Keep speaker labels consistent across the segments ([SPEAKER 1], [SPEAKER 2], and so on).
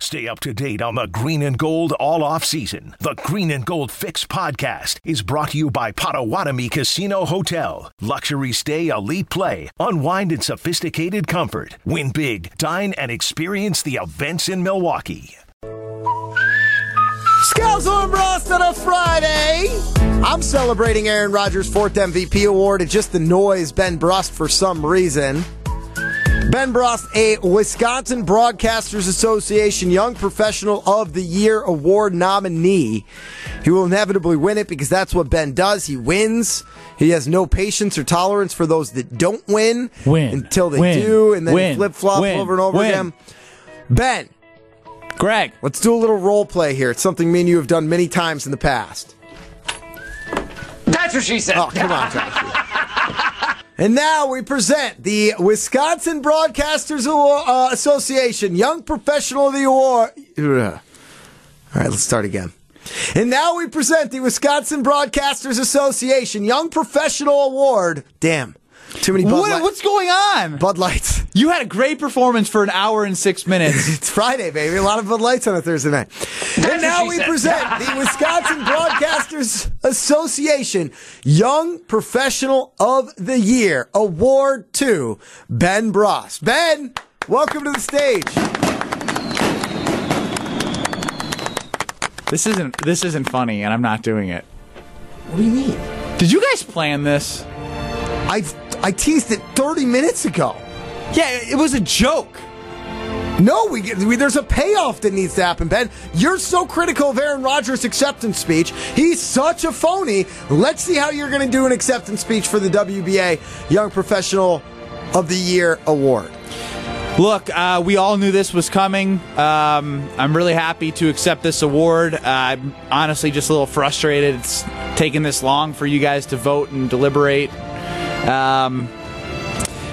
[SPEAKER 1] Stay up to date on the green and gold all off season. The Green and Gold Fix podcast is brought to you by Potawatomi Casino Hotel. Luxury stay, elite play, unwind in sophisticated comfort. Win big, dine, and experience the events in Milwaukee.
[SPEAKER 2] Scouts on Ross on a Friday. I'm celebrating Aaron Rodgers' fourth MVP award and just the noise Ben Brust for some reason. Ben Brust, a Wisconsin Broadcasters Association Young Professional of the Year award nominee. He will inevitably win it because that's what Ben does. He wins. He has no patience or tolerance for those that don't win,
[SPEAKER 3] Win.
[SPEAKER 2] until they
[SPEAKER 3] Win.
[SPEAKER 2] do, and then
[SPEAKER 3] Win.
[SPEAKER 2] flip flop
[SPEAKER 3] Win.
[SPEAKER 2] over and over
[SPEAKER 3] Win.
[SPEAKER 2] again. Ben,
[SPEAKER 3] Greg.
[SPEAKER 2] Let's do a little role play here. It's something me and you have done many times in the past.
[SPEAKER 4] That's what she said.
[SPEAKER 2] Oh, come on, Josh. and now we present the Wisconsin Broadcasters Awa- uh, Association Young Professional of the Award. All right, let's start again. And now we present the Wisconsin Broadcasters Association Young Professional Award. Damn, too many Bud,
[SPEAKER 3] What,
[SPEAKER 2] Light-
[SPEAKER 3] what's going on?
[SPEAKER 2] Bud Lights.
[SPEAKER 3] You had a great performance for an hour and six minutes.
[SPEAKER 2] It's Friday, baby. A lot of Bud Lights on a Thursday night. and now
[SPEAKER 4] she
[SPEAKER 2] we
[SPEAKER 4] said.
[SPEAKER 2] present the Wisconsin Broadcasters Association Young Professional of the Year Award to Ben Bross. Ben, welcome to the stage.
[SPEAKER 3] this isn't this isn't funny, and I'm not doing it.
[SPEAKER 2] What do you mean?
[SPEAKER 3] Did you guys plan this?
[SPEAKER 2] I I teased it 30 minutes ago.
[SPEAKER 3] Yeah, it it was a joke.
[SPEAKER 2] No, we, get- we there's a payoff that needs to happen, Ben. You're so critical of Aaron Rodgers' acceptance speech. He's such a phony. Let's see how you're going to do an acceptance speech for the WBA Young Professional of the Year award.
[SPEAKER 3] Look, uh, we all knew this was coming. Um, I'm really happy to accept this award. Uh, I'm honestly just a little frustrated. It's taken this long for you guys to vote and deliberate. Um,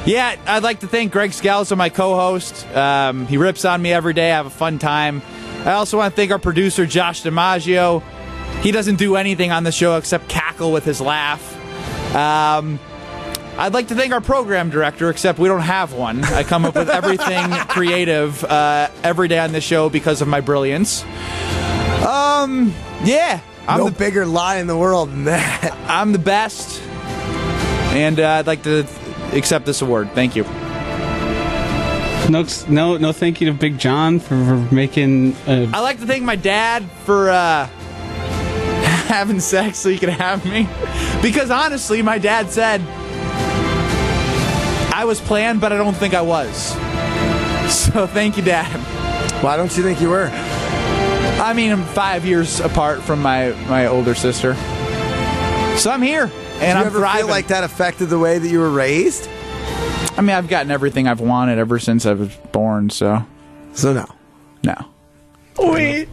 [SPEAKER 3] yeah, I'd like to thank Greg Scalzo, my co-host. Um, he rips on me every day. I have a fun time. I also want to thank our producer Josh DiMaggio. He doesn't do anything on the show except cackle with his laugh. Um, I'd like to thank our program director, except we don't have one. I come up with everything creative uh, every day on this show because of my brilliance. Um, yeah, I'm
[SPEAKER 2] no
[SPEAKER 3] the
[SPEAKER 2] bigger lie in the world than that.
[SPEAKER 3] I'm the best, and uh, I'd like to accept this award. Thank you.
[SPEAKER 5] No, no, no. Thank you to Big John for, for making. Uh,
[SPEAKER 3] I like to thank my dad for uh, having sex so he could have me, because honestly, my dad said I was planned, but I don't think I was. So thank you, Dad.
[SPEAKER 2] Why don't you think you were?
[SPEAKER 3] I mean, I'm five years apart from my my older sister, so I'm here and
[SPEAKER 2] Do you
[SPEAKER 3] I'm
[SPEAKER 2] ever
[SPEAKER 3] thriving.
[SPEAKER 2] feel like that affected the way that you were raised?
[SPEAKER 3] I mean, I've gotten everything I've wanted ever since I was born. So
[SPEAKER 2] So no.
[SPEAKER 3] no,
[SPEAKER 5] wait,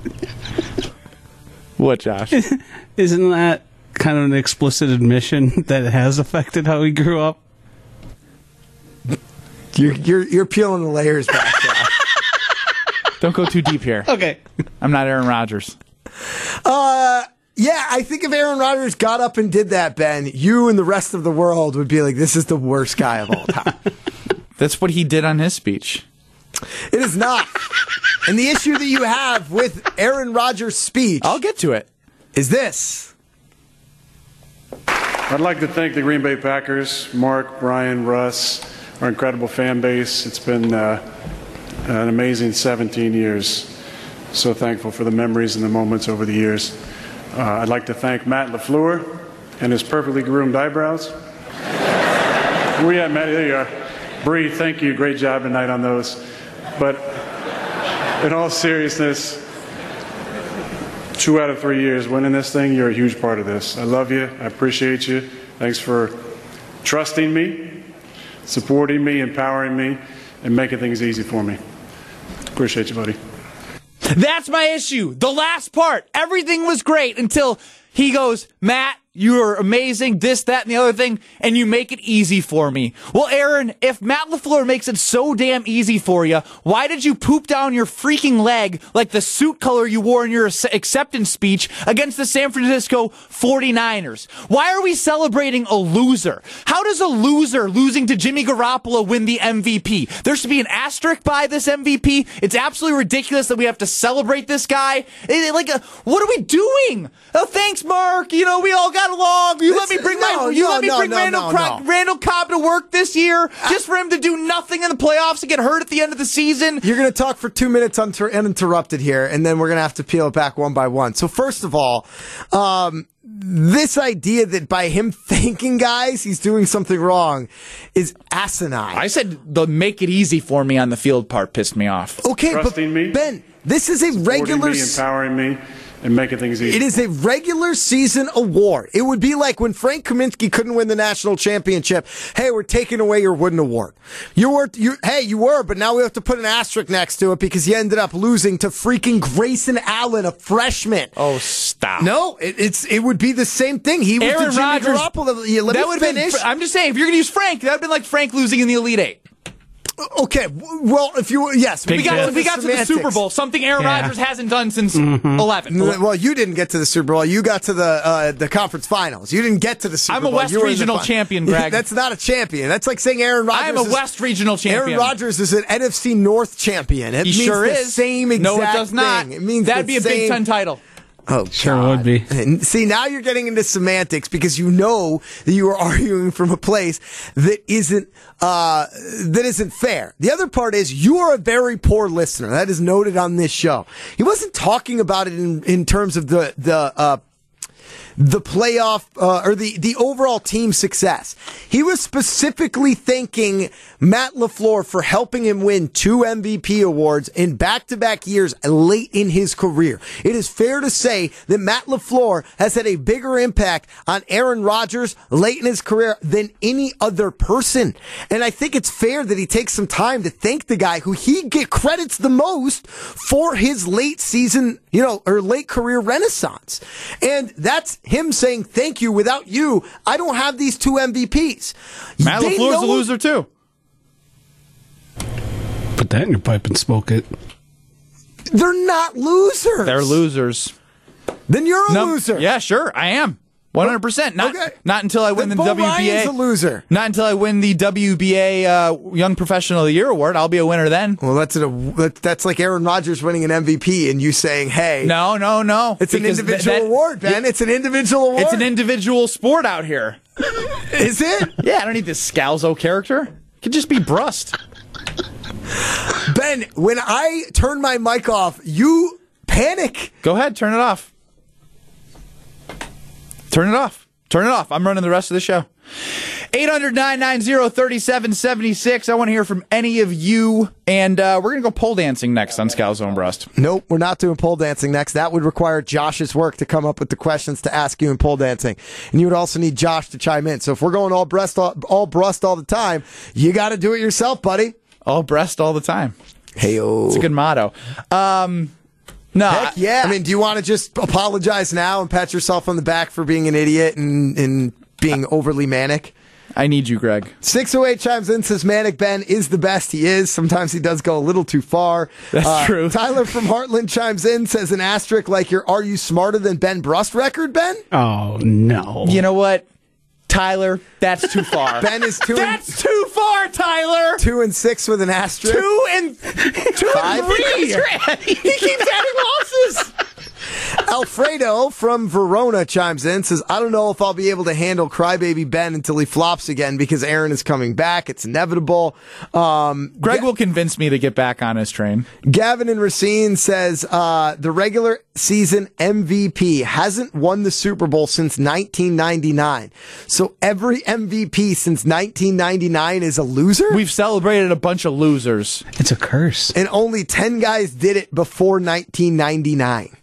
[SPEAKER 3] what, Josh?
[SPEAKER 5] isn't that kind of an explicit admission that it has affected how he grew up?
[SPEAKER 2] You're you're, you're peeling the layers back. Josh.
[SPEAKER 3] don't go too deep here.
[SPEAKER 5] Okay.
[SPEAKER 3] I'm not Aaron Rodgers.
[SPEAKER 2] Uh, Yeah, I think if Aaron Rodgers got up and did that, Ben, you and the rest of the world would be like, "This is the worst guy of all time."
[SPEAKER 3] That's what he did on his speech.
[SPEAKER 2] It is not. and the issue that you have with Aaron Rodgers' speech
[SPEAKER 3] I'll get to it.
[SPEAKER 2] is this.
[SPEAKER 6] I'd like to thank the Green Bay Packers, Mark, Brian, Russ, our incredible fan base. It's been uh, an amazing 17 years. So thankful for the memories and the moments over the years. Uh, I'd like to thank Matt LaFleur and his perfectly groomed eyebrows. Where you at, Matt? There you are. Bree, thank you. Great job tonight on those. But in all seriousness, two out of three years winning this thing. You're a huge part of this. I love you. I appreciate you. Thanks for trusting me, supporting me, empowering me, and making things easy for me. Appreciate you, buddy.
[SPEAKER 3] That's my issue. The last part. Everything was great until he goes, Matt, you're amazing, this, that, and the other thing, and you make it easy for me. Well, Aaron, if Matt LaFleur makes it so damn easy for you, why did you poop down your freaking leg like the suit color you wore in your ac- acceptance speech against the San Francisco 49ers? Why are we celebrating a loser? How does a loser losing to Jimmy Garoppolo win the MVP? There should be an asterisk by this MVP. It's absolutely ridiculous that we have to celebrate this guy. It- it- like, uh, what are we doing? Oh, thanks, Mark. You know, we all got along. You let me bring
[SPEAKER 2] no,
[SPEAKER 3] my, you
[SPEAKER 2] no,
[SPEAKER 3] let me
[SPEAKER 2] no,
[SPEAKER 3] bring
[SPEAKER 2] no,
[SPEAKER 3] Randall,
[SPEAKER 2] no,
[SPEAKER 3] Cro-
[SPEAKER 2] no.
[SPEAKER 3] Randall Cobb to work this year just for him to do nothing in the playoffs and get hurt at the end of the season.
[SPEAKER 2] You're going to talk for two minutes uninter- uninterrupted here, and then we're going to have to peel it back one by one. So, first of all, um, this idea that by him thanking guys, he's doing something wrong is asinine.
[SPEAKER 3] I said the make it easy for me on the field part pissed me off.
[SPEAKER 2] okay, but
[SPEAKER 6] Trusting me?
[SPEAKER 2] Ben, this is a regular.
[SPEAKER 6] Supporting me,
[SPEAKER 2] s-
[SPEAKER 6] empowering me, and making things easy.
[SPEAKER 2] It is a regular season award. It would be like when Frank Kaminsky couldn't win the national championship. Hey, we're taking away your wooden award. You were, you, hey, you were, but now we have to put an asterisk next to it because you ended up losing to freaking Grayson Allen, a freshman.
[SPEAKER 3] Oh, stop.
[SPEAKER 2] No, it, it's it would be the same thing. He was
[SPEAKER 3] Aaron
[SPEAKER 2] the Jimmy
[SPEAKER 3] Rodgers.
[SPEAKER 2] Garoppolo. Yeah, let
[SPEAKER 3] that
[SPEAKER 2] me
[SPEAKER 3] would have been.
[SPEAKER 2] finish.
[SPEAKER 3] I'm just saying, if you're going to use Frank, that would have been like Frank losing in the Elite Eight.
[SPEAKER 2] okay, w- well, if you yes,
[SPEAKER 3] We
[SPEAKER 2] to
[SPEAKER 3] got, to, we got to the Super Bowl, something Aaron
[SPEAKER 5] Yeah.
[SPEAKER 3] Rodgers hasn't done since 11.
[SPEAKER 2] Well, you didn't get to the Super Bowl. You got to the uh, the conference finals. You didn't get to the Super
[SPEAKER 3] I'm a
[SPEAKER 2] Bowl.
[SPEAKER 3] West
[SPEAKER 2] You were in the
[SPEAKER 3] Regional
[SPEAKER 2] fin-
[SPEAKER 3] champion, Greg.
[SPEAKER 2] That's not a champion. That's like saying Aaron Rodgers.
[SPEAKER 3] I am a
[SPEAKER 2] is-
[SPEAKER 3] West Regional champion.
[SPEAKER 2] Aaron Rodgers is an NFC North champion. It
[SPEAKER 3] He
[SPEAKER 2] means
[SPEAKER 3] sure
[SPEAKER 2] the
[SPEAKER 3] is.
[SPEAKER 2] Same exact
[SPEAKER 3] No, it does not.
[SPEAKER 2] thing. It means
[SPEAKER 3] That'd
[SPEAKER 2] the
[SPEAKER 3] be a Big
[SPEAKER 2] same-
[SPEAKER 3] Ten title.
[SPEAKER 2] Oh,
[SPEAKER 5] Sure
[SPEAKER 2] God.
[SPEAKER 5] would be.
[SPEAKER 2] And see, now you're getting into semantics because you know that you are arguing from a place that isn't uh, that isn't fair. The other part is you are a very poor listener. That is noted on this show. He wasn't talking about it in, in terms of the the uh, the playoff uh, or the the overall team success. He was specifically thanking Matt LaFleur for helping him win two MVP awards in back-to-back years late in his career. It is fair to say that Matt LaFleur has had a bigger impact on Aaron Rodgers late in his career than any other person. And I think it's fair that he takes some time to thank the guy who he get credits the most for his late season, you know, or late career renaissance. And that's him saying thank you. Without you, I don't have these two MVPs.
[SPEAKER 3] Matt
[SPEAKER 2] They
[SPEAKER 3] LaFleur's
[SPEAKER 2] know-
[SPEAKER 3] a loser, too.
[SPEAKER 5] Put that in your pipe and smoke it.
[SPEAKER 2] They're not losers.
[SPEAKER 3] They're losers.
[SPEAKER 2] Then you're a
[SPEAKER 3] Num-
[SPEAKER 2] loser.
[SPEAKER 3] Yeah, sure, I am. 100%. Not,
[SPEAKER 2] Okay.
[SPEAKER 3] not until I win
[SPEAKER 2] Then
[SPEAKER 3] the
[SPEAKER 2] Bo
[SPEAKER 3] WBA.
[SPEAKER 2] Ryan's a loser.
[SPEAKER 3] Not until I win the WBA uh, Young Professional of the Year award. I'll be a winner then.
[SPEAKER 2] Well, that's a, that- that's like Aaron Rodgers winning an MVP and you saying, "Hey,
[SPEAKER 3] No, no, no.
[SPEAKER 2] it's an
[SPEAKER 3] Because th-
[SPEAKER 2] individual
[SPEAKER 3] that-
[SPEAKER 2] award, Ben. It's an individual award.
[SPEAKER 3] It's an individual sport out here.
[SPEAKER 2] Is it?
[SPEAKER 3] Yeah, I don't need this Scalzo character. It could just be Brust.
[SPEAKER 2] Ben, when I turn my mic off, you panic.
[SPEAKER 3] Go ahead, turn it off. Turn it off. Turn it off. I'm running the rest of the show. 800 990 3776. I want to hear from any of you. And uh, we're going to go pole dancing next on Scalzone Brust.
[SPEAKER 2] Nope, we're not doing pole dancing next. That would require Josh's work to come up with the questions to ask you in pole dancing. And you would also need Josh to chime in. So if we're going all breast all, all breast all the time, you got to do it yourself, buddy.
[SPEAKER 3] All breast all the time.
[SPEAKER 2] Hey, oh.
[SPEAKER 3] Good motto. Um, no.
[SPEAKER 2] Heck yeah. I mean, do you want to just apologize now and pat yourself on the back for being an idiot and, and being overly manic?
[SPEAKER 3] I need you, Greg.
[SPEAKER 2] 608 chimes in, says Manic Ben is the best he is. Sometimes he does go a little too far. Uh,
[SPEAKER 3] That's true.
[SPEAKER 2] Tyler from Heartland chimes in, says an asterisk like your Are You Smarter Than Ben Brust record, Ben?
[SPEAKER 5] Oh no!
[SPEAKER 3] You know what? Tyler, that's too far.
[SPEAKER 2] Ben is two and,
[SPEAKER 3] that's too far, Tyler.
[SPEAKER 2] two and six with an asterisk.
[SPEAKER 3] Two and two
[SPEAKER 2] Five.
[SPEAKER 3] and three. he keeps adding losses.
[SPEAKER 2] Alfredo from Verona chimes in, says, I don't know if I'll be able to handle Crybaby Ben until he flops again because Aaron is coming back. It's inevitable. Um,
[SPEAKER 3] Greg will convince me to get back on his train.
[SPEAKER 2] Gavin and Racine says uh, the regular season MVP hasn't won the Super Bowl since 1999. So every MVP since 1999 is a loser,
[SPEAKER 3] We've celebrated a bunch of losers.
[SPEAKER 5] It's a curse.
[SPEAKER 2] and only 10 guys did it before 1999.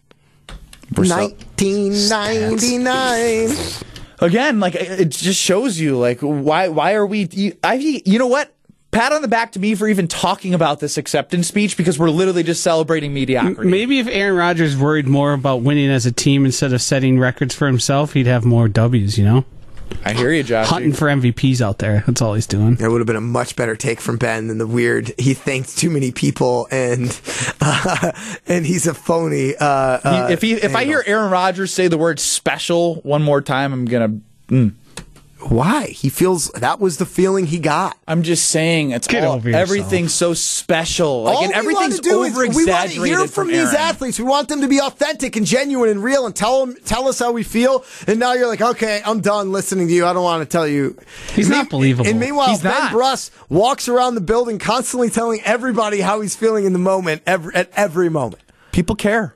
[SPEAKER 3] We're cel-
[SPEAKER 2] 1999.
[SPEAKER 3] Again, like it it just shows you, like why why are we? You, I you know what? pat on the back to me for even talking about this acceptance speech because we're literally just celebrating mediocrity.
[SPEAKER 5] Maybe if Aaron Rodgers worried more about winning as a team instead of setting records for himself, he'd have more W's, you know?
[SPEAKER 3] I hear you, Josh.
[SPEAKER 5] Hunting for MVPs out there. That's all he's doing.
[SPEAKER 2] That would have been a much better take from Ben than the weird. He thanked too many people, and uh, and he's a phony. Uh, uh,
[SPEAKER 3] if he, if I hear Aaron Rodgers say the word "special" one more time, I'm gonna.
[SPEAKER 2] why he feels that was the feeling he got.
[SPEAKER 3] I'm just saying, it's
[SPEAKER 5] Get
[SPEAKER 3] all,
[SPEAKER 5] over yourself.
[SPEAKER 3] everything's so special, like, and
[SPEAKER 2] we wanna
[SPEAKER 3] everything's
[SPEAKER 2] do is
[SPEAKER 3] over
[SPEAKER 2] we want to
[SPEAKER 3] exaggerated.
[SPEAKER 2] hear from, these
[SPEAKER 3] Aaron.
[SPEAKER 2] athletes. We want them to be authentic and genuine and real, and tell them tell us how we feel. And now you're like, okay, I'm done listening to you. I don't want to tell you.
[SPEAKER 5] He's
[SPEAKER 2] And
[SPEAKER 5] not believable.
[SPEAKER 2] And meanwhile,
[SPEAKER 3] He's
[SPEAKER 2] Ben
[SPEAKER 3] not.
[SPEAKER 2] Bruss walks around the building constantly telling everybody how he's feeling in the moment, every, at every moment
[SPEAKER 3] People care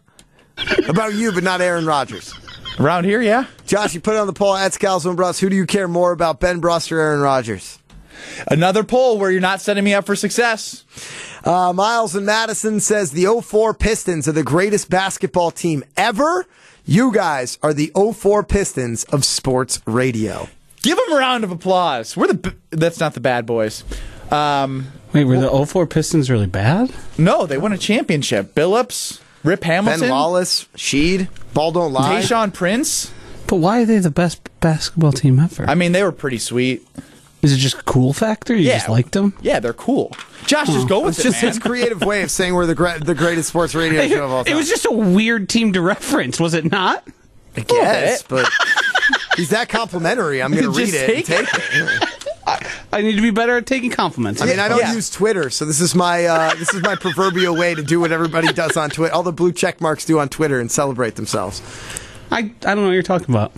[SPEAKER 2] about you, but not Aaron Rodgers.
[SPEAKER 3] around here, yeah.
[SPEAKER 2] Josh, you put it on the poll at Scalzo and Bruss. Who do you care more about, Ben Bruss or Aaron Rodgers?
[SPEAKER 3] Another poll where you're not setting me up for success.
[SPEAKER 2] Uh, Miles and Madison says the 04 Pistons are the greatest basketball team ever. You guys are the 04 Pistons of sports radio.
[SPEAKER 3] Give them a round of applause. We're the. b- That's not the bad boys. Um,
[SPEAKER 5] Wait, were the 04 Pistons really bad?
[SPEAKER 3] no, they won a championship. Billups, Rip
[SPEAKER 2] Ben
[SPEAKER 3] Hamilton,
[SPEAKER 2] Wallace, Sheed, Ball Don't Lie.
[SPEAKER 3] Tayshawn Prince.
[SPEAKER 5] But why are they the best basketball team ever?
[SPEAKER 3] I mean, they were pretty sweet.
[SPEAKER 5] Is it just cool factor? You just liked Hmm. them?
[SPEAKER 3] Yeah, they're cool. Josh, just go with
[SPEAKER 2] It's
[SPEAKER 3] it,
[SPEAKER 2] just
[SPEAKER 3] man.
[SPEAKER 2] his creative way of saying we're the, gra- the greatest sports radio show of all time.
[SPEAKER 5] It was just a weird team to reference, was it not?
[SPEAKER 2] I guess, but he's that complimentary. I'm going to read
[SPEAKER 3] Just
[SPEAKER 2] it. and
[SPEAKER 3] take
[SPEAKER 2] take it.
[SPEAKER 5] I need to be better at taking compliments.
[SPEAKER 2] I mean, I don't
[SPEAKER 3] Yeah.
[SPEAKER 2] use Twitter, so this is my uh, this is my proverbial way to do what everybody does on Twitter. All the blue check marks do on Twitter and celebrate themselves.
[SPEAKER 5] I, I don't know what you're talking about.